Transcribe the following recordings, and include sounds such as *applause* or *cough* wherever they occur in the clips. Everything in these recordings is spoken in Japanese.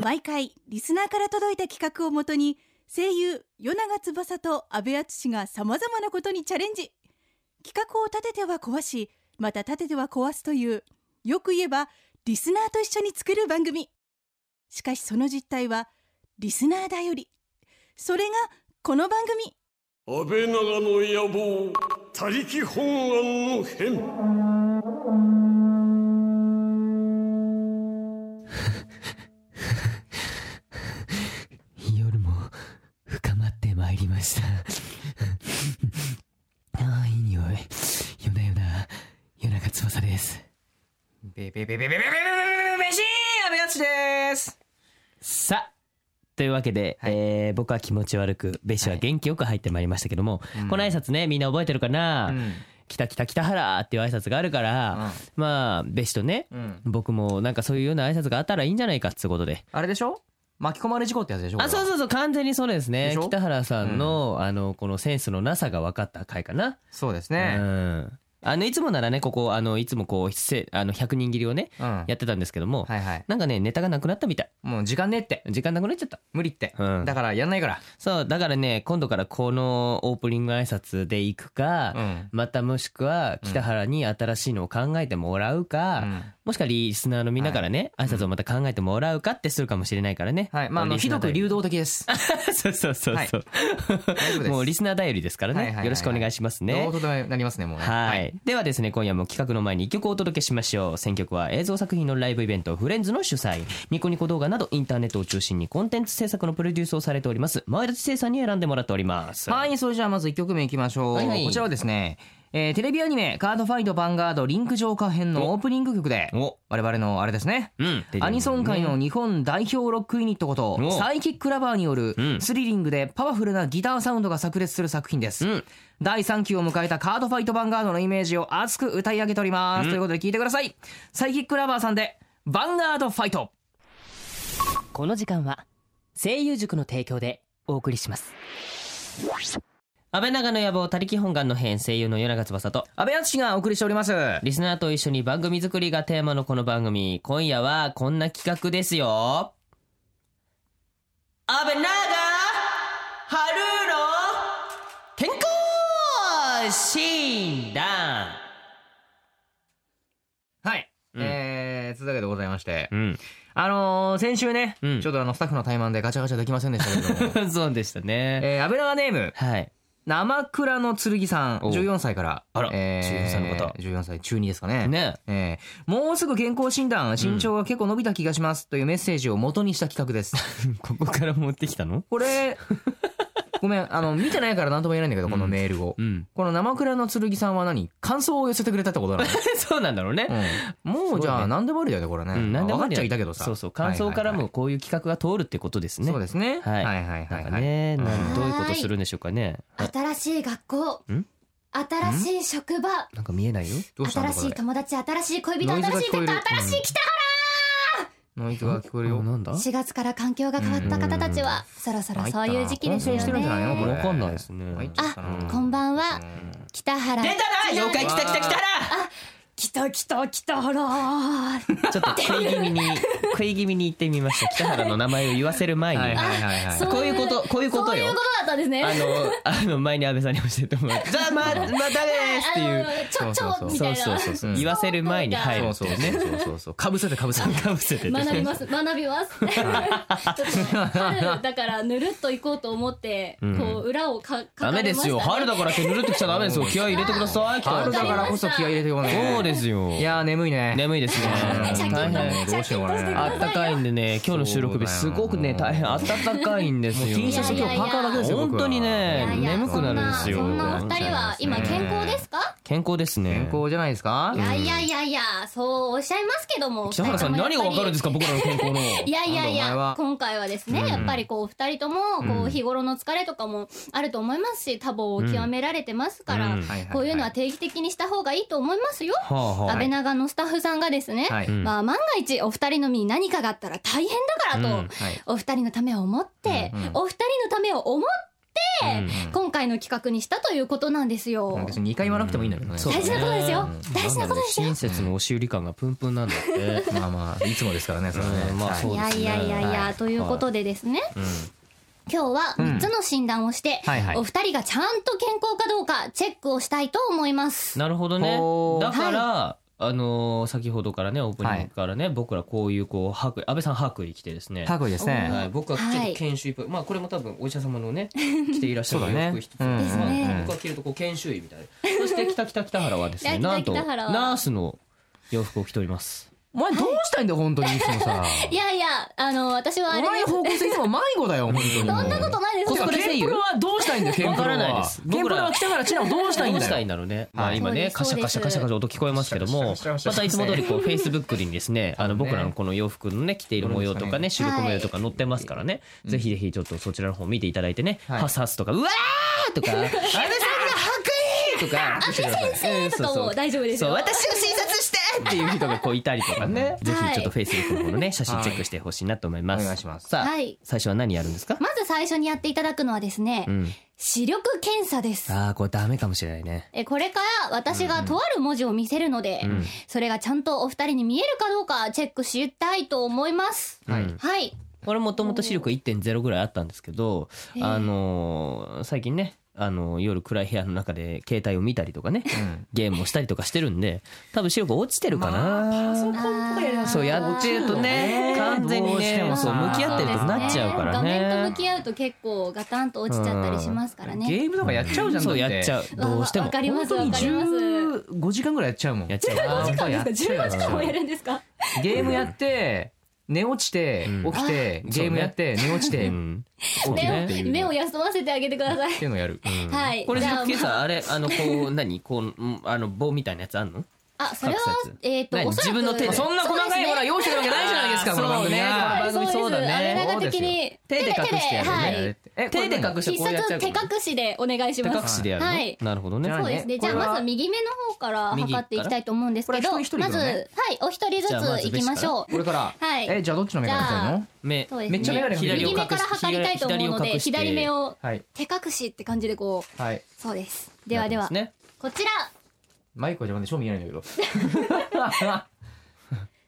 毎回リスナーから届いた企画をもとに声優与永翼と阿部淳がさまざまなことにチャレンジ企画を立てては壊しまた立てては壊すというよく言えばリスナーと一緒に作る番組しかしその実態はリスナーだよりそれがこの番組安倍長の野望他力本願の変夜も深まってまいりました *laughs* ああいい匂いよだよだ夜中翼ですベベベベベベベベベベベシーアベガチですさあというわけで、はいえー僕は気持ち悪くべしは元気よく入ってまいりましたけども、うんこの挨拶ねみんな覚えてるかな、うんきたきたきたはらっていう挨拶があるから、まあべしとねうん僕もなんかそういうような挨拶があったらいいんじゃないかっつうことであれでしょ巻き込まれ事故ってやつでしょあそううそうそう完全にそうですでねしょ北原さんの、あのこのセンスのなさが分かった回かな、そうですうねんあのいつもならねここあのいつもこうせあの100人切りをねうんはやってたんですけども、いはいなんかねネタがなくなったみたいもう時間ねえって時間なくなっちゃった無理ってうんだからやんないからそうだからね今度からこのオープニング挨拶で行くか、うんまたもしくは北原に新しいのを考えてもらうか、うんもしくはリスナーのみんなからね、挨拶をまた考えてもらうかってするかもしれないからね、はいまああのリひスナーどだくよ流動的です *laughs* そうそうそうそう、はい大丈夫ですもうリスナー頼りですからね、はいはいはいはいよろしくお願いしますどねうと。でもなりますねもうねはい、ではですね今夜も企画の前に1曲をお届けしましょう選曲は映像作品のライブイベントフレンズの主催ニコニコ動画などインターネットを中心にコンテンツ制作のプロデュースをされております前田知世さんに選んでもらっておりますはい、それじゃあまず1曲目いきましょう。はいはいこちらはですね、えーテレビアニメ「カードファイトヴァンガードリンク浄化編」のオープニング曲でお我々のあれですねうんアニソン界のね日本代表ロックユニットことおサイキックラバーによるうんスリリングでパワフルなギターサウンドが炸裂する作品です、うん第3期を迎えたカードファイトヴァンガードのイメージを熱く歌い上げております、ということで聞いてくださいサイキックラバーさんで「ヴァンガードファイトこの時間は声優塾の提供でお送りします安倍長の野望他力本願の編声優の与永翼と」阿部淳がお送りしておりますリスナーと一緒に番組作りがテーマのこの番組、今夜はこんな企画ですよ。安倍長春の健康診断はい、うんえー、続けでございまして、うん。 *laughs* あのー、先週ね、うんちょっとあのスタッフの怠慢でガチャガチャできませんでしたけれ *laughs* どもそうでしたね。えー、安倍長ネームはい。生倉の剣さんおう14歳からあら14歳の方14歳中2ですかねね。えーもうすぐ健康診断身長が結構伸びた気がします、というメッセージを元にした企画です *laughs* ここから持ってきたのこ *laughs* れごめんあの見てないから何とも言えないんだけどこのメールを、うん。この生倉の剣さんは何感想を寄せてくれたってことなの、 *laughs* そうなんだ *laughs* ろうね。うんもうじゃあ何でもありだよねこれね、うん、何でも分あかっりちだゃいたけどさそうそう。感想からはいはいもこういう企画が通るってことですはいね。そうですね、はいはいはいなはんいかはいね、なんはいどういうことするんでしょうかね。新しい学校ん新しい職場なんか見えないよ。どうしたんだ新こしいれ友達新しい恋人ノイズが新しい聞こえる学科新しい北ノイズが聞こえるよあなんだ4月から環境が変わった方たちはそろそろそういう時期ですよ混戦してるんじゃないのこねれわかんないですね入っちゃったなあこんばんは北原出たな妖怪来た来た来来た来た北原たらちょっと食い気味 *laughs* に食い気味に言ってみました北原の名前を言わせる前に、はいはいはいはいそうこういうことこういうことそういうよことだったんですねあのあの前に安倍さんに教えてもら *laughs* って「じゃあままたです」ってあいのうちょちそょうみそたいうそうなそうそう、うん言わせる前に入る *laughs* ってそういそううねそうそうそうそうかぶせてかぶせてかぶせてて学びます学びますちょっとね春だからぬるっと行こうと思ってこんう裏をかダメですよ春だだからってぬるってきちゃダメですよ気合い入れてください北原春ださんからこそ気合い入れてこないそうですよいやー眠い *laughs* ね眠いです *laughs* ねシャキ大ッ変とシャキッとしてくあだっさたいかいんで *laughs* ね今日の収録日すごくね大変暖かいんですよ T シャツ今日パーカーだけですよ本当にいねやいや眠くなるんですよそんなそんなお二人は今健康ですか健康ですね健康じゃないですかいやいやいやいやそうおっしゃいますけども北原さんお二人何とがもやっぱりわかるんですか僕らの健康のいやいなんだおやい前やは今回はですね、やっぱりこうお二人ともこう日頃の疲れとかもあると思いますし多忙を極められてますから、うんはいはいはいこういうのは定期的にした方がいいと思いますよ、はあはあ安倍長のスタッフさんがですね、はいうんまあ、万が一お二人の身に何かがあったら大変だからと、うんはいお二人のためを思って、お二人のためを思ってて、今回の企画にしたということなんですよ。別に2回言わなくてもいいんだけどねそう大事なことですよ。大事なことですよ親。切の押し売り感がプンプンなんだって。 *laughs* まあまあいつもですからねそれはねうんまあはいそいうやいやいやいや、はいということでですね、ん今日は3つの診断をして、はいはいお二人がちゃんと健康かどうかチェックをしたいと思います。なるほどねほ。うだから、あのー先ほどからねオープニングからね、僕らこういうこう白衣安倍さん白衣着てですね。かっこいいですねはい、僕は結は構い研修医っぽい、まあこれも多分お医者様のね着ていらっしゃそうるだね洋服一つ、うんですねはい僕は着るとこう研修医みたいな。そして北北北原はですね北な北んと北原はナースの洋服を着ております。お前どうしたいんだよ本当にいつもさいやいや、あの、私はあおれ前です。の方向性いつも迷子だよ本当にそんそんなことないですコスよプ。レ声優ケンプロはどうしたいんだ *laughs* よケンプロはわからないですケンプロは北原千奈をどうしたいんどうだよしたいんだろうね。まあはい今ね、そカうシャですカシャカシャカシャ音聞こえますけどもカシャカ、シャまカシャカシャたいつも通りこう、フェイスブックにですね、あの、僕らのこの洋服のね、着ている模様とかね、収録模様とか載ってますからね、ぜひぜひちょっとそちらの方見ていただいてね、はいハスハスとか、うわーとか、安倍さんが白衣とか、安倍先生とかも大丈夫ですそう、よ。私を診察してっていう人がこういたりとかね、ぜひちょっとフェイスブックの方のね、写真チェックしてほしいなと思います。はいお願いしますさあはい、最初は何やるんですかまず最初にやっていただくのはですね、うん。視力検査です。ああ、これダメかもしれないね。えこれから私がとある文字を見せるので、んそれがちゃんとお二人に見えるかどうかチェックしたいと思います。はいはい。俺もともと視力1.0ぐらいあったんですけど、あのー最近ね、あのー夜暗い部屋の中で携帯を見たりとかね、ゲームをしたりとかしてるんで多分視力落ちてるかな、そうやってるとねあー完全にどうしてねもさそう向き合ってるとなっちゃうからね画面と向き合うと結構ガタンと落ちちゃったりしますからゲね。ームとかやっちゃうじゃんそうやっちゃううどうしてもわかります本当わにかります。 15時間ぐらいやっちゃうもんやっちゃうな間やっちゃうよ15時間もやるんですか。ゲームやって寝落ちてうん起きてあゲームやって寝落ちてう起んきるって目いうを目をっ休ませてあげてください。ていうのをやるはい。これじじゃゃああ今朝あれあのこ *laughs* う何こううんあの棒みたいなやつあんのあそれは隠すやつえっと何おそらく自分の手でそうそんな細かいものは用意してるわけないじゃないですかあーこの番組ねそうねはい番組そうだねですあれ長的に手で隠してやるはねい。え手で隠して必こうやっち殺ゃう手かも隠しでお願いし手ます。隠しでやるの、はいなるほどねじゃあそうですね。こじゃれあはまず右目の方から右測っていきたいと思うんですけど、これま一ず人一人はいだねお一人ずじゃあまつずいきましょこう。れからはいえじゃあどっちの目が見たいの目そうですねめっちゃ眼鏡左を右隠目から測りたいと思うので、左目ををはい手隠しって感じでこう、はいそうです。ではでは、ねこちら。マイクは邪魔で超見えないんだけど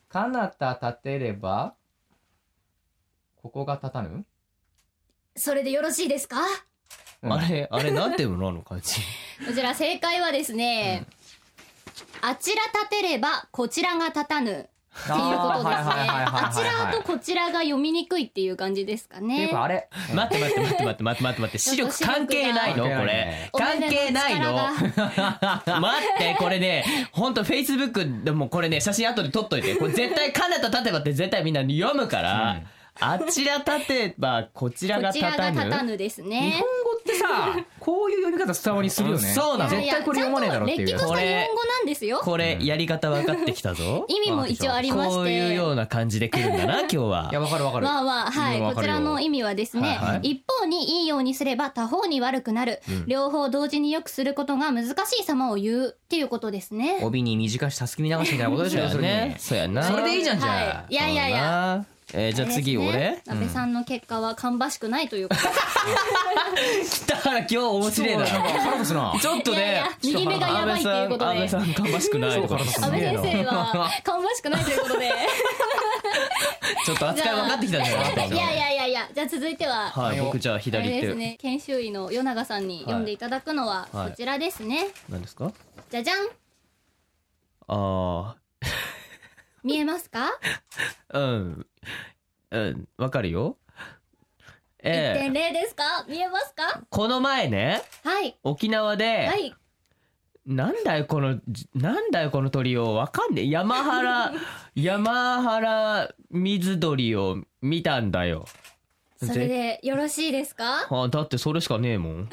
かなた立てればここが立たぬそれでよろしいですかうんあれあれなんていうのあの感じこちら正解はですね、あちら立てればこちらが立たぬっていうことですね。あちらとこちらが読みにくいっていう感じですかっていねう。かあれ待って待って待って待って待って待って待って視力関係ないのこれお目関目の係ない力のが *laughs* 待ってこれね本当フェイスブックでもこれね写真後で撮っといてこれ絶対「かなた立てば」って絶対みんな読むから、あちら立てばこちらがこち立たらがぬ立たぬです日ね本。語ってさこういう読み方伝わりするよねそうなのいやい絶や対これ読まねえだろっていうちゃんとれっきとした日本語なんですよ。これやり方分かってきたぞ意味も一応ありましてこういうような感じで来るんだ *laughs* な今日はいやわかるわかるまあまあ、は意味い、わこかちるよらの意味はですね、一方にいいようにすれば他方に悪くなる、両方同時に良くすることが難しい様を言うっていうことですね。帯に短したすきみ流しみたいなことでしそうょや要するねにそうやなそれでいいじゃんじゃあはい、いやいやいや。やえーじゃあ次あれで俺すね安倍さんの結果は芳しくないとい *laughs* うこと北原今日面白いなそう腹立つな *laughs* ちょっといやいねや右目がやばいっていうことで安倍さん安倍さんかましくないとかそう安腹倍立つ先ね生は芳しくないということでちょっと *laughs* 扱い分かってきたんじゃないかいやいやいやいやじゃあ続いては、はい、僕じゃああ左れっですてね研修医の与永さんに読んでいただくのははいこちらですね、何ですかじゃじゃんあ見えますか、あうんうんわかるよええ1.0ですか見えますかこの前ねはい沖縄で、はいなんだよこのじなんだよこの鳥をわかんねえ山 *laughs* 原山原水鳥を見たんだよそれでよろしいですかあだってそれしかねえもん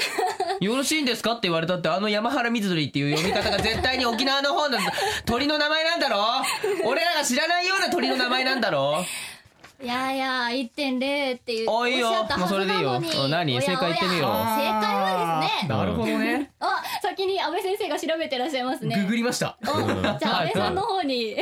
よろしいんですかって言われたってあの山原水鳥っていう読み方が絶対に沖縄の方の鳥の名前なんだろ俺らが知らないような鳥の名前なんだろいやいや1.0っていうおいいよおっしゃったはずなもうそれのにでいいようん何おや正解言ってみようおや正解はですねなるほどねあ先に安倍先生が調べてらっしゃいますねググりましたお *laughs* じゃあ安倍さんの方に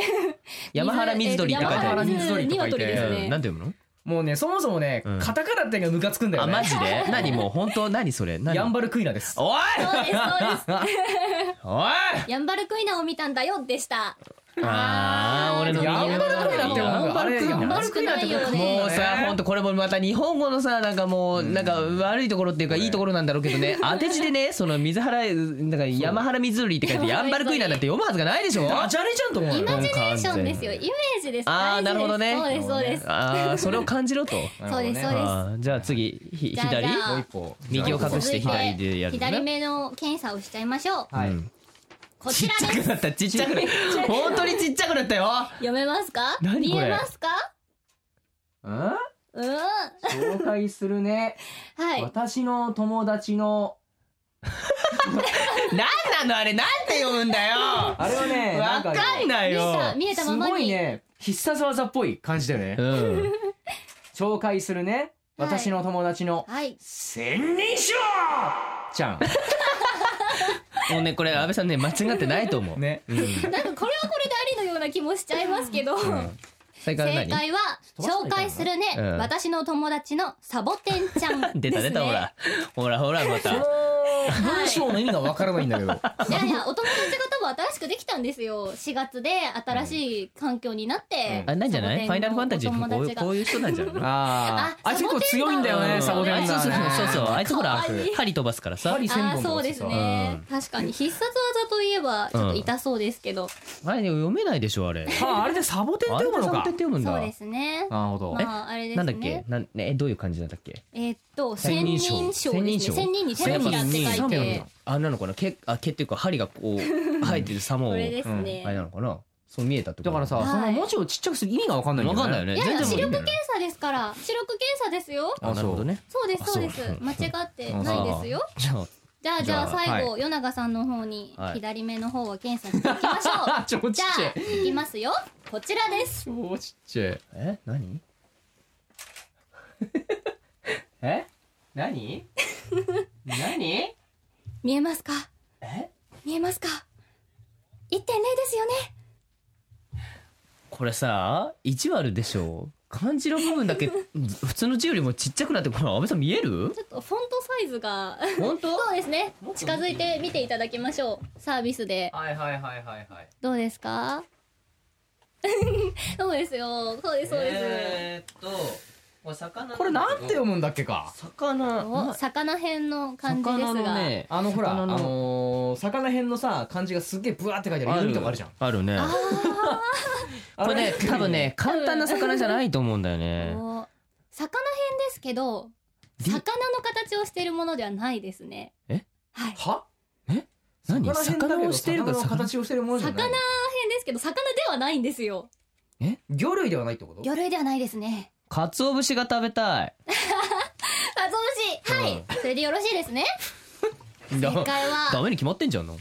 山原水鳥って書いてあ山る原水鳥とかいてうんなんて読むのもうねそもそもね、うんカタカナってのがムカつくんだよあねマジで何もう本当何それ何ヤンバルクイナですおいそうですそうですおい *laughs* ヤンバルクイナを見たんだよでしたあー俺のヤンバルクイナってヤンバルクイナヤンバルクイナってヤンバルクイナってもうさね本当これもまた日本語のさなんかもうなんか悪いところっていうかいいところなんだろうけど *laughs* ね当て字でねその水原なんか山原水利って書いてヤンバルクイナなんて読むはずがないでしょダジャレじゃんと思うイよマジネーションですよイメージですああ大事でなするほどねそうですそうですああそれを感じろとそうですそうですあーじゃあ次ひじゃあ左じゃあもう一歩右を隠し続ていて左でやるのね左目の検査をしちゃいましょうはい、こちちっらちゃでくすなったちっちゃくなった本当にちっちゃくなったよ読めますか何こ見れえますかうんうんは紹介するねい私の友達のなんなのあれなんて読むんだよあれはねわんかんない見えよた見えたますまごいにね必殺技っぽい感じだよねうん紹介するねはい私の友達のはい千人称ちゃもうねこれ安倍さんね間違ってないと思うんねなんかこれはこれでありのような気もしちゃいますけどそれから正何解は紹介するねうん私の友達のサボテンちゃんです *laughs* 出たね出たほらほらほらまた *laughs* 文章の意味がわからないん *laughs* だけどいやいやお友達が多分新しくできたんですよ4月で新しい環境になって、あなんじゃないファイナルファンタジーおもこ友うい達うがこういう人なんじゃないのあーあいつ結構強いんだよねサボテンあがいねつそうそうそうそうあいつほらかわいい針飛ばすからさ針千本あとーかそうですね、確かに必殺技といえばちょっと痛そうですけど、あれね読めないでしょあれああれでサボテンっあてれ読むでのサボかテンって読むんそうだですねなるほどまああれでなすねんだっけなんねえどういう感じなんだっけえーっと千千人人称称ですね千千人に手のひらって書いてあれなのかな毛あ毛っていうか針がこう入ってる様をこあれれですね、なのかなそう見えたってことだからさはいその文字をちっちゃくする意味がわかんないわかんないよねねいやいや全視然力わかん検ない査ですから視力検査ですよあなるほどねそうですそうですあそう間違ってないですよじゃあじゃあじゃあじゃあ最後、は与永さんの方にはい左目の方は検査していきましょう、超ちっ *laughs* じちゃゃいあいきますよこちらです超ちっちゃいえ何え何何見えますかえ見えますか1.0ですよねこれさ1割でしょ漢字の部分だけ普通の字よりもちっちゃくなってこれ安倍さん見えるちょっとフォントサイズが本当そうですねもっと近づいて見ていただきましょうサービスではいはいはいはいはいどうですか *laughs* そうですよそうですそうです、ーっとこれ魚これなんて読むんだっけか魚おな魚編の感じですが魚のねあのほらあ魚ののー魚編のさ漢字がすっげえブワーって書いてある弓とかあるじゃんあるねこれね多分ね簡単な魚じゃないと思うんだよねお魚編ですけど魚の形をしているものではないですねえはいは何魚編だけ魚どをしてるか魚の魚形をしてるものじゃ魚な編いですけど魚ではないんですよ魚類ではないってこと魚類ではないですねかつお節が食べたい *laughs* あゾムシはい、それでよろしいで *laughs* すね正だ解ダはメに決まってんじゃんの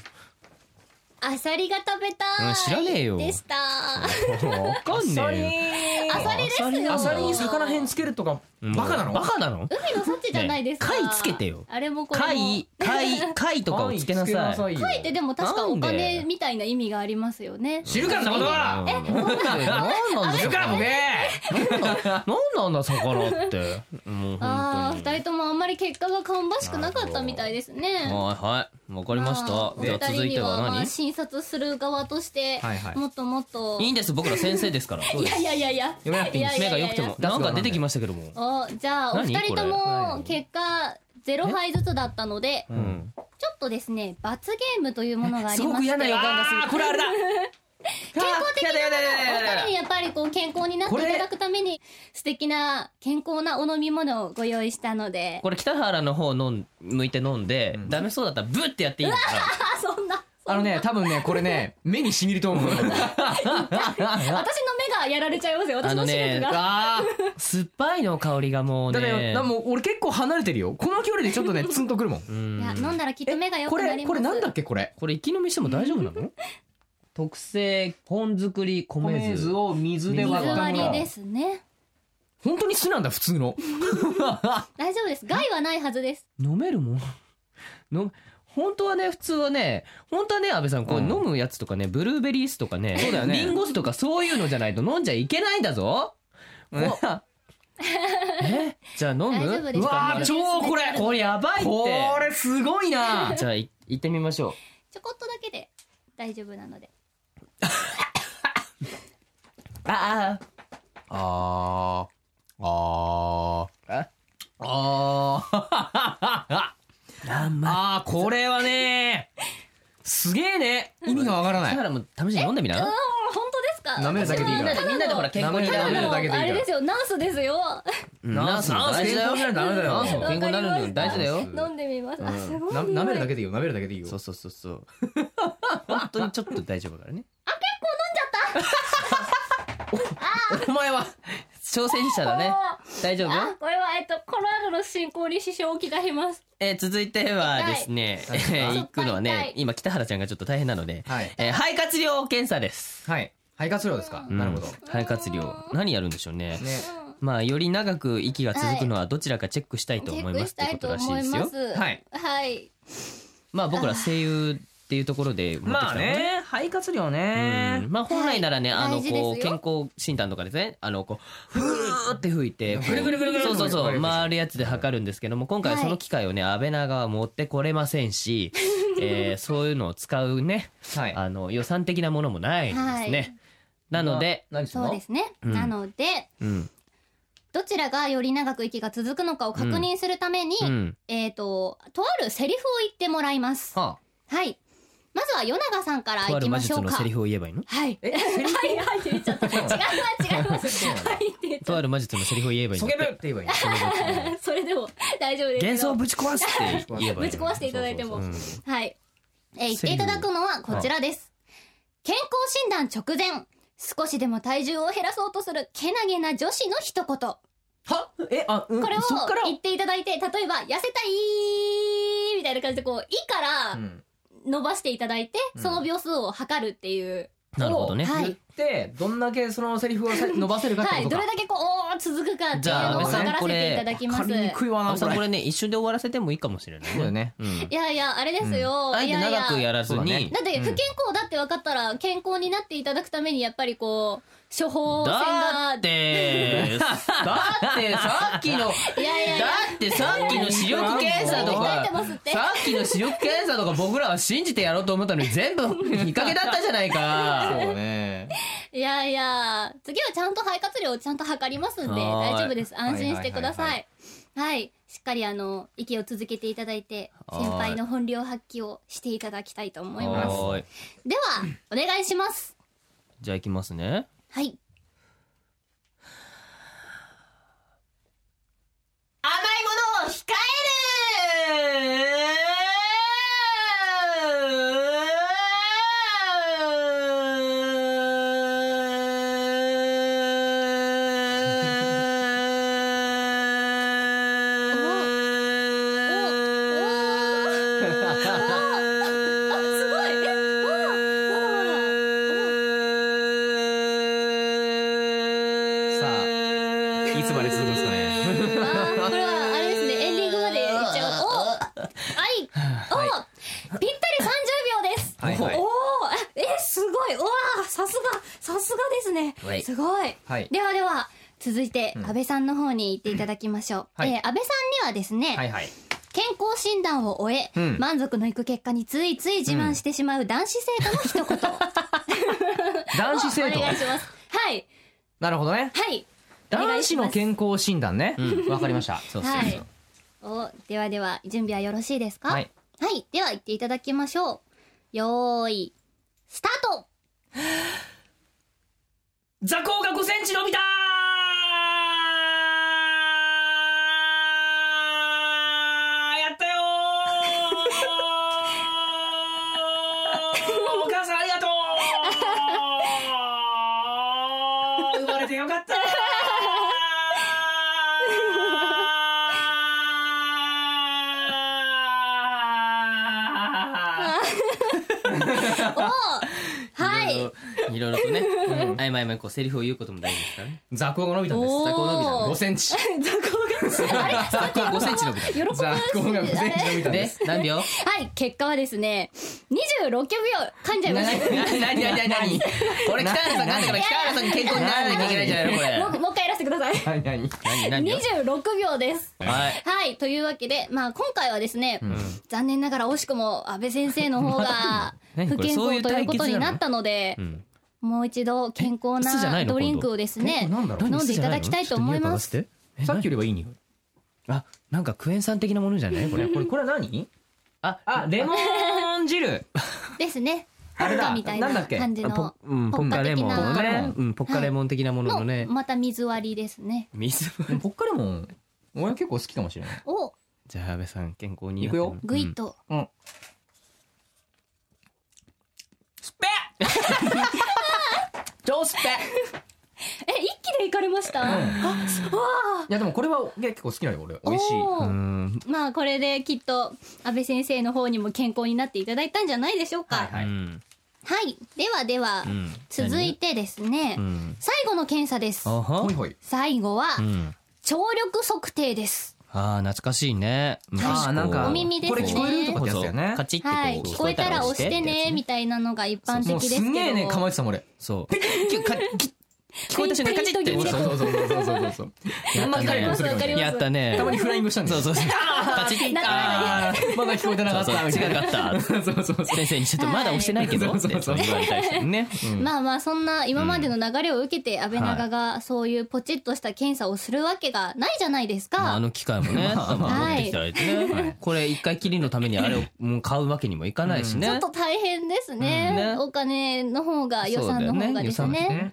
アサリが食べたうんい知らねえよでしたアわかんねえよサリですよアサリに魚編つけるとかうんバカなのバカなの海の幸じゃないですか、ねえ貝つけてよあれもこれも貝貝貝とかをつけなさいい貝ってでも確かおなんで金みたいな意味がありますよね知るかそんなことはえそうなんだなんなんだ知るかボケなんなんだ魚ってもうあ本ー当二に人ともあんまり結果が芳しくなかったみたいですねはいはいわかりましあたーじゃおあ二続人いにてははまあ何診察する側としてはいはいもっともっといいんです僕ら先生ですからいやいやいやいや読めなくていいんです目が良くてもやなんか出てきましたけどもおじゃあお何二人とこもれ結果ゼロ敗ずつだったのでちょうんっとですね罰ゲームというものがあすりごまくして嫌な予感がするこれあれだ健康的なお二人にやっぱりこう健康になっていただくために素敵な健康なお飲み物をご用意したのでこれ北原の方のん向いて飲んでダメそうだったらブッてやっていいんだからあそんなあのね多分ねこれね目にしみると思う *laughs* 私の目がやられちゃいますよあ私のの視力ねがあー酸っぱいの香りがもうだからねよだもう俺結構離れてるよこの距離でちょっと *laughs* ねツンとくるもんうんいや飲んだらきっと目が良こくなれりますこれなんだっけこれこれ生き飲みしても大丈夫なの特製本作り米米酢酢を水で水割ったも割りでのすね本当に酢なんだ普通の大丈夫です害はないはずです *laughs* 飲めるもんの本当はね普通はね本当はね安倍さんこううん飲むやつとかね、ブルーベリー酢とかねそうだよねリ *laughs* ンゴ酢とかそういうのじゃないと飲んじゃいけないんだぞ、こうじゃあ飲む大丈夫ですうわ大ー丈超夫ですこれこれやばいってこれすごいなじゃあい行ってみましょちょこっとだけで大丈夫なのでうあああーあーあーあーこれはねすげえね意味がわからなだかいらもう試しに飲んでみうーんな本当ですか舐めるだけでいいからただのみんなでほら健康にたなだるの舐めるだけでいいからあれですよナースですようんナースも大事だよナース健康になナースも健康にるのダメだよなるのに大事だよわかりま飲んでみますあすごいな匂い舐めるだけでいいよ舐めるだけでいいよそうそうそうそう本当にちょっと大丈夫だからねあ結構飲んじゃったおお前は挑戦者だね大丈夫あこれはえっとこの後の進行に支障をきたしますえー続いてはですね、え痛いー行くのは痛ねい、今北原ちゃんがちょっと大変なので、はいえー肺活量検査です。はい肺活量ですかうんなるほどね肺活量。何やるんでしょうね。うんまあ、より長く息が続くのはどちらかチェックしたいとチェ思いッまクすしってたこいととらしい思でいすまよ。す。はいはい。まあ、僕ら声優っていうところで持ってきたのまあね。ね肺活量うねんまあ本来ならね、はいあの大事ですこよう健康診断とかですねあのこうふーって吹いてぐるぐるぐるぐるそうそうそぐるぐるぐるぐうる回るやつで測るんですけども今回はその機械をね安倍長は持ってこれませんし、えーそういうのを使うねはいあの予算的なものもないですね。はいなので、な何するそうのですね。うんなので、うん、どちらがより長く息が続くのかを確認するために、うん、えっ、と、とあるセリフを言ってもらいます。ははい。まずは、与永さんからと行あるき魔ましょ術うのか。はセリい。フを言えばいいの？ *laughs* はい、はいって言っちゃった。違います、違います。はいって言っちとゃっある魔術のセリフを言えばあいいのそげ？ぶって言えばいいのた。それでも、大丈夫ですよ。幻想をぶち壊すって言えばいいの。ぶち壊していただいてもうんはい。えー言っていただくのはこちらです。健康診断直前、少しでも体重を減らそうとするけなげな女子の一言。こはえあうんれをそっから言っていただいて、例えば、痩せたいみたいな感じで、こう、いかうらん伸ばしていただいて、うんその秒数を測るっていう。なるほどね。はい言ってどんだけそのセリフをさ伸ばせるかってはことい。どかれだけこう、続くかってじいうゃあのを測らせていただきます。分かりにくいいわ阿な部さんここれれね一瞬で終わらせてもいいかもしれない。そうだよ。ねうん。やいや、あれですよ。あえいてやいや長くやらずそうだにね。だって不健康だって分かったら健康になっていただくためにやっぱりこう処方箋だがって、 *laughs* だってさっき *laughs* の、だいやいやいやってさっきの視力検査と覚えかてますっ、てさっきの視力検査とか僕らは信じてやろうと思ったのに全部引っ掛けだったじゃない *laughs* そうか。だねいやいや次はちゃんと肺活量をちゃんと測りますんではーい大丈夫です安心してくだはいさはいはいしっかりあの息を続けていただいてはーい先輩の本領発揮をしていただきたいと思いますはーい。ではお願いしますじゃあ行きますね。はい甘いものを控えいつまで続くんですかねあーこれはあれですねエンディングまでいっちゃうおはいお、ぴったり30秒ですはいはいおおえすごいうわーさすがさすがですねはいすごい、はいではでは続いてん安倍さんの方に行っていただきましょう、はいえー安倍さんにはですね、はいはい健康診断を終え、うん満足のいく結果についつい自慢してしまう男子生徒の一言、男子生徒お願いし *laughs* ますはいなるほどねはいお願男い子しまのす健康診断ねわかりましたそうそうはそうい。お、ではでは、準備はよろしいですかはい。はいでは、行っていただきましょう。よーい、スタート座高が5センチ伸びたやったよーお母さんありがとう生まれてよかったおはい。いろいろとね、あいまいまこうセリフを言うことも大事ですからね。座高が伸びたんですおー座高伸びたんです5センチ座高が雑魚5センチ伸びた喜ぶ雑魚が全然伸びたんで。です何秒はい結果はですね26秒噛んじゃいました何何何何これ北原さんがあったから北原さんに健康にならなきゃいけないんじゃないのこれ *laughs* もうもう一回やらせてくださいはい、何何何秒26秒ですはいはいというわけでまあ今回はですね、残念ながら惜しくも安倍先生の方が *laughs* 何不これ健そうい康うと対いう決ことになったのでんもう一度健康え酢じゃないなのドリンクをですね今度えこれなんだろう飲んでいただきたいと思いますちょっと匂い嗅がせてさっきよりはいい匂い。あなんかクエン酸的なものじゃ *laughs* ないこれこれ、これは何ああ、レモン汁。ですねあれだポッカみたいななんだっけ感じのポうんポポッッカカレ的モンのなねうんポッカレモン的なもののねのまた水割りですね水でもポッカレモン、俺は結構好きかもしれない。をじゃあ安倍さん健康にいくよぐいっと、うん。スペ *laughs* 超スペえ一気でいかれました、あそうわいやでもこれは結構好きなよ俺あ美味しいおうーんまあこれできっと安倍先生の方にも健康になっていただいたんじゃないでしょうかははいい、はいうんではでは、うん続いてですね、うん最後の検査ですあはほいほい最後は、うん聴力測定ですあー懐かしいねあーなんかお耳ですこねれ聞こえるとかってやつだよねカチってこうはい聞こえたら押してねみたいなのが一般も的うですすけどんげえね構えてたもん俺そうキュッカキュッ聞こえた瞬間カチってピンそうそうそうそうそうそうそうあんまりやったね回もするかもしれないやったね *laughs* たまにフライングしたんだそうよ *laughs* そうそうカチってあーまだ聞こえてなかっそうたそうみたい違かなったそうそうそう先生にちょっとまだ押してないけどはいって言われたりしてねまあまあそんな今までの流れを受けて安倍長がそういうポチッとした検査をするわけがないじゃないですまああか。の機械もね多分持はいってきてられてねはいこれ一回きりのためにあれをもう買うわけにもいかないしちょっねと大変ですうんねね。お金の方が予算の方がですそうだよね *laughs* ね。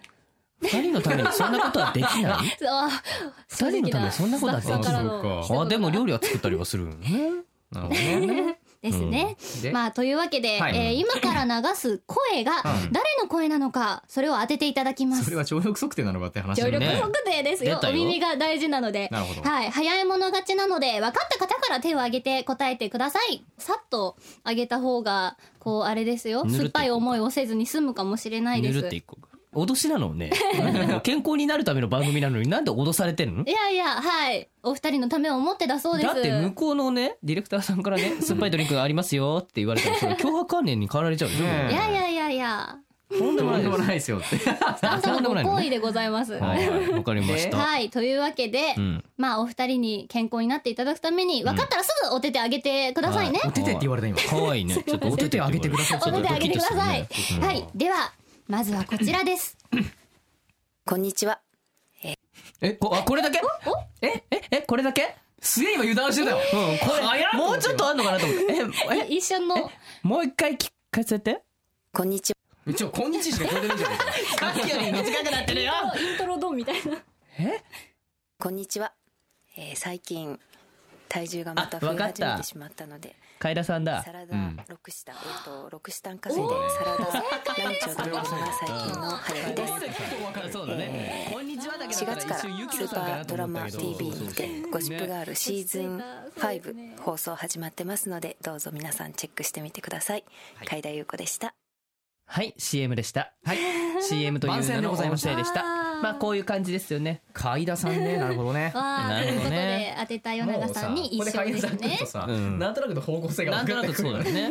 二人のためにそんなことはできないそ二う人のためにそんなことはできない正直なスタッフさんからのあでも料理は作ったりはするよねなるほどね *laughs* ですね。でまあというわけで、はいえー今から流す声が誰の声なのかそれを当てていただきまそすれ。は聴力測定なのかって話聴だよ力ね測定ですよ出たおよ耳が大事なのでなるほどはい、早い者勝ちなので分かった方から手を挙げて答えてくださいさっと上げた方がこうあれですよぬるっといこう酸っぱい思いをせずに済むかもしれないで寝するっていこう脅しなのね *laughs* 健康になるための番組なのになんで脅されてんのいやいやはいお二人のためを思ってだそうですだって向こうのねディレクターさんからね「酸っぱいドリンクがありますよ」って言われたらそれ脅迫観念に変わられちゃうでしょねいやいやいやいやとんでもないとんでもないですよってスタッフさんのご好意でございますはいはいわかりましでたはいというわけで、うんまあお二人に健康になっていただくために分かったらすぐお手手あげてくださいね、お手手って言われた今可愛いねちょっとお手手あげてくださいお手手あげてください、はいではまずはこちら *laughs* ですこんにちは。えこあこれだけえええこれだけすげえ今油断してたようんこ早っれもうちょっとあんのかなと思ってええ一緒のもう一回聞かせてこんにちは。一応こんにちはしか聞こえてないじゃないですかさっきより短くなってるよイントロドンみたいなこんにちは。えー最近体重がまた増えあわかっ始ためてしまったので、カエラさんだサラダロクシタン、えっとロクシタンカフェでサラダランチを食べるのが最近の流行りです。そうだねこんにちはだけ4だっ月たかららス一瞬ユキーノパさんかーなとド思ラマったけど TV にてゴシップガールシーズン5放送始まってますのでどうぞ皆さんチェックしてみてください。海田優子でした。はい CM でしたはい CM という名の音声でしたまあこういう感じですよね海田さ *laughs* んねなるほどねわあ、なとるいうほどことでね当てた与永さんに一緒ですね。さうんなんとなくの方向性がなんと分かっなてくくそうだるね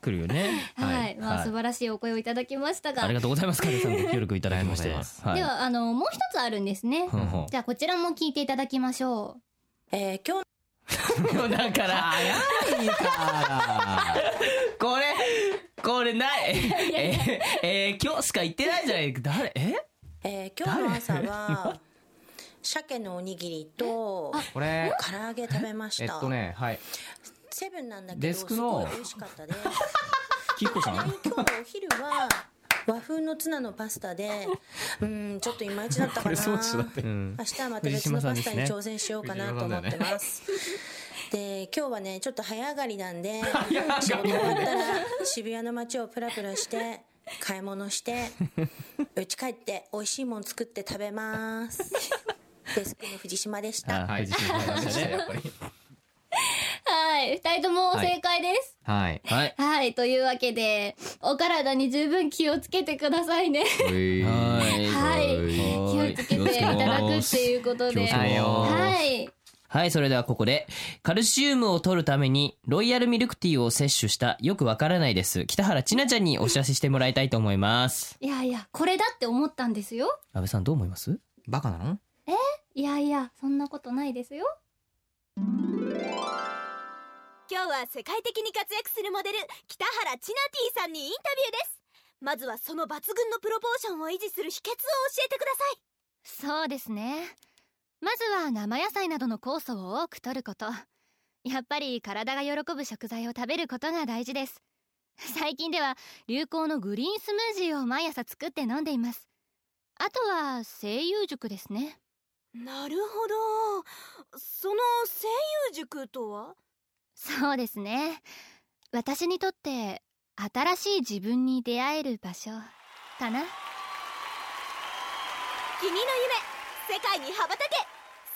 来るよねはい、まあ、はい素晴らしいお声をいただきましたが、ありがとうございますカエラさんご協力いただきましありてがとうござはいいではあのもう一つあるんですねほ。んほんじゃあこちらも聞いていただきましょえー今日だから早いからこれこれないえええ今日しか言ってないじゃない誰ええー今日の朝は鮭のおにぎりとこれ唐揚げ食べました、えっとねはいセブンなんだけデどスクのすごい美味し *laughs* かったですきっこさん今日お昼は和風のツナのパスタ *laughs* でうんちょっといまいちだったかなそうでしょだってうん明日はまた別のパスタに挑戦しようかなと思ってます。で今日はねちょっと早上がりな *laughs* んで仕事終わったら渋谷の街をプラプラして買い物 *laughs* して家帰って美味しいもん作って食べます。 *laughs* デスクの藤島でした。はい自信がありましたねやっぱりう。はい、二人とも正解です。はいはいはい、というわけでお体に十分気をつけてくださいね。はいはい、気をはいつけていただくっていうことで、気をつけますはい。はい、それではここで、カルシウムを取るために、ロイヤルミルクティーを摂取した、よくわからないです。北原千奈ちゃんにお知らせしてもらいたいと思います。いやいやこれだって思ったんですよ安倍さんどう思いますバカなのいやいやそんなことないですよ今日は世界的に活躍するモデル北原千奈ティさんにインタビューですまずはその抜群のプロポーションを維持する秘訣を教えてくださいそうですねまずは生野菜などの酵素を多く摂ることやっぱり体が喜ぶ食材を食べることが大事です最近では流行のグリーンスムージーを毎朝作って飲んでいますあとは声優塾ですねなるほどその声優塾とはそうですね私にとって新しい自分に出会える場所かな君の夢世界に羽ばたけ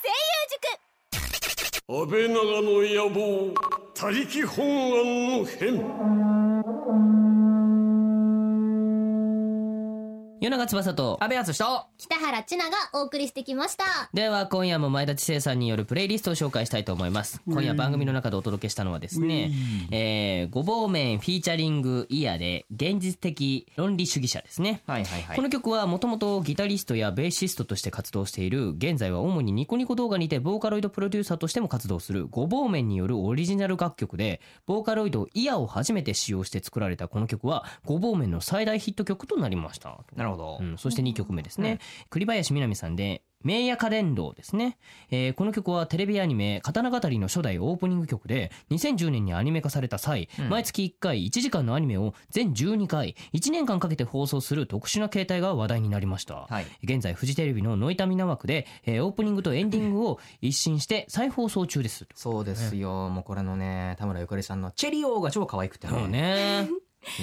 声優塾安倍長の野望他力本願の変夜長翼と、安倍敦と北原千奈がお送りしてきましたでは今夜も前田知世さんによるプレイリストを紹介したいと思います今夜番組の中でお届けしたのはですね、えー、ごぼうめんフィーチャリングイヤーで現実的論理主義者ですね、はいはいはこの曲はもともとギタリストやベーシストとして活動している現在は主にニコニコ動画にてボーカロイドプロデューサーとしても活動するごぼうめんによるオリジナル楽曲でボーカロイドイヤーを初めて使用して作られたこの曲はごぼうめんの最大ヒット曲となりましたなるほど、うん、そして2曲目ですね、栗林みなみさんで「名夜カレンドですね、えーこの曲はテレビアニメ「刀語り」の初代オープニング曲で2010年にアニメ化された際、うん毎月1回1時間のアニメを全12回1年間かけて放送する特殊な形態が話題になりました、はい現在フジテレビのノイタミナ枠で、えーオープニングとエンディングを一新して再放送中ですそうですよ、もうこれのね田村ゆかりさんの「チェリオー」が超可愛くてそうね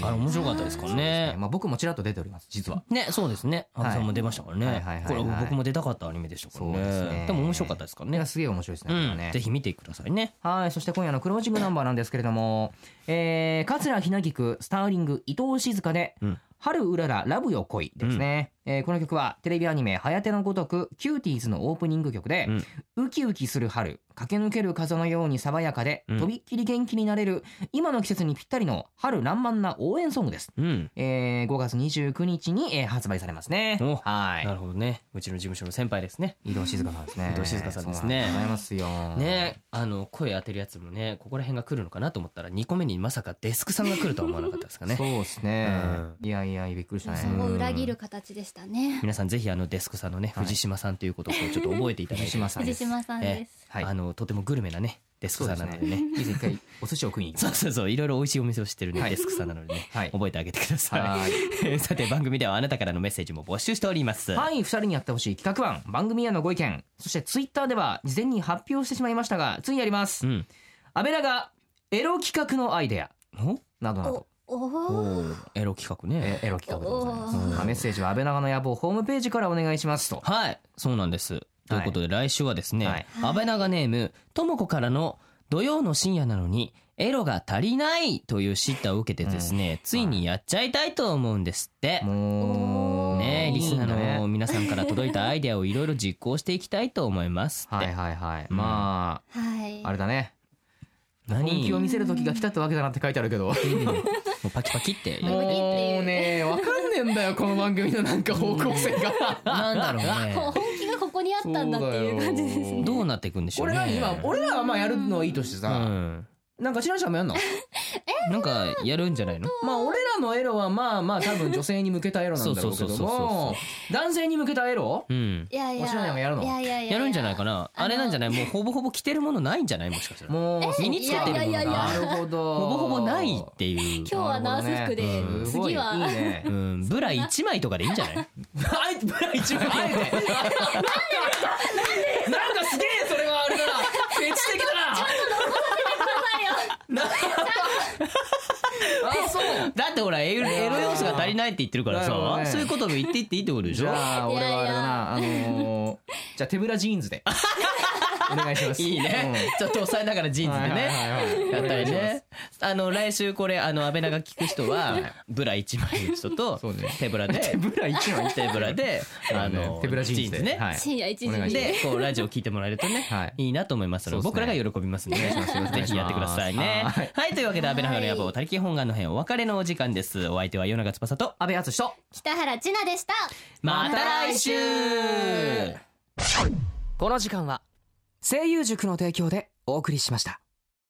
あれ面白かったですからそうですねねまあ、僕もちらっと出ております実はね、そうですね。阿部さんも出ましたからね。はいはいはいはいこれ僕も出たかったアニメでしたからね。そうですねも面白かったですからいねや。すげえ面白いですね,、うこれはんね、ぜひ見てくださいね。はいそして今夜のクロージングナンバーなんですけれども、えー、桂ひなぎくスターリング伊藤静香で「うん春うららラブよ恋」ですね、えーこの曲はテレビアニメ「はやてのごとくキューティーズ」のオープニング曲で、ウキウキする春駆け抜ける風のように爽やかで、うんとびっきり元気になれる今の季節にぴったりの春爛漫な応援ソングです、うん。えー、5月29日に、えー発売されますねおはいなるほどね。うちの事務所の先輩ですね。伊藤静香さんですね伊藤静香さんですねそうなんでございますよねあの、声当てるやつもね、ここら辺が来るのかなと思ったら、2個目にまさかデスクさんが来るとは思わなかったですかね。そうですね、いやいやびっくりしたねそこを裏切る形でしたね皆さんぜひあのデスクさんのね、はい藤島さんということをこうちょっと覚えていただいて。藤島さんで藤す島さんでえす、はいあの、とてもグルメなね、デスクそうさでんすなのねでね。以前一回 *laughs* お寿司を食いに行きそうそうそう、いろいろ美味しいお店を知ってるね、はいデスクさんなのでね、はい覚えてあげてください。は *laughs* いさて番組ではあなたからのメッセージも募集しております。はい、二人にやってほしい企画案、番組へのご意見、そしてツイッターでは事前に発表してしまいましたが、ついにやりますう。ん。安倍らがエロ企画のアイデアおなどなど。おおおーエロ企画ね。えエロ企画でございます。おまあメッセージは安倍長の野望ホームページからお願いしますと。はい、そうなんです。ということで来週はですね、はい安倍長ネームともこからの土曜の深夜なのにエロが足りないという叱咤を受けてですね、ついにやっちゃいたいと思うんですって。もうねえリスナいいんだーのね皆さんから届いたアイデアをいろいろ実行していきたいと思いますっはて。いはいはい。うんまはいああれだね。本何気をも見せる時が来たってわけだなって書いてあるけ *laughs* ど。うパキパキって。もうねわかんねえんだよこの番組のなんか方向性が。 *laughs* なんだろうほね。本気がここにあったんだっていう感じですねどうなっていくんでしょう *laughs* 俺ね。ら今俺らはまあやるのはいいとしてうさ、ん。なんか白石さんもやんのなんかやるんじゃないのまあ俺らのエロはまあまあ多分女性に向けたエロなんだろうけどそうそうそうそうも男性に向けたエロうん。いやいやおしゃれなのやるのいやいやいややるんじゃないかなあのあれなんじゃないもうほぼほぼ着てるものないんじゃないもしかしたら。もう身につけてるものいやいやいがやなるほどほぼほぼないっていう。今日はナース服で、なるほどねすごい次はいいねうん、ブラ1枚とかでいいんじゃない *laughs* あえてブラ一枚あえてなんでなんだなんかすげえそれはあれだなフェチ的だなあそうだってほらエロエロ要素が足りないって言ってるからなるほどさねそういうことも言っていっていいってことでしじょ *laughs* ゃあ俺はあれだなあのーじゃあ手ぶらジーンズでお願いしますいいね、ちょっと抑えながらジーンズでねやったりねあの来週これあの安倍長聞く人はブラ1枚の人とそうね手ぶらで手ぶら一枚手ぶらで *laughs* あの手ぶらジーンズでね、はい深夜1時お願いにしでこうラジオ聞いてもらえるとね、はいい、いなと思いますのでそう僕ですらねが喜びますんで *laughs* お願いしますぜひやってくださいねお願いしますはい、というわけで「安倍のハの野望」「他力本願の編」お別れのお時間ですお相手は与永翼と安倍敦史と北原千奈でしたまた来週この時間は声優塾の提供でお送りしました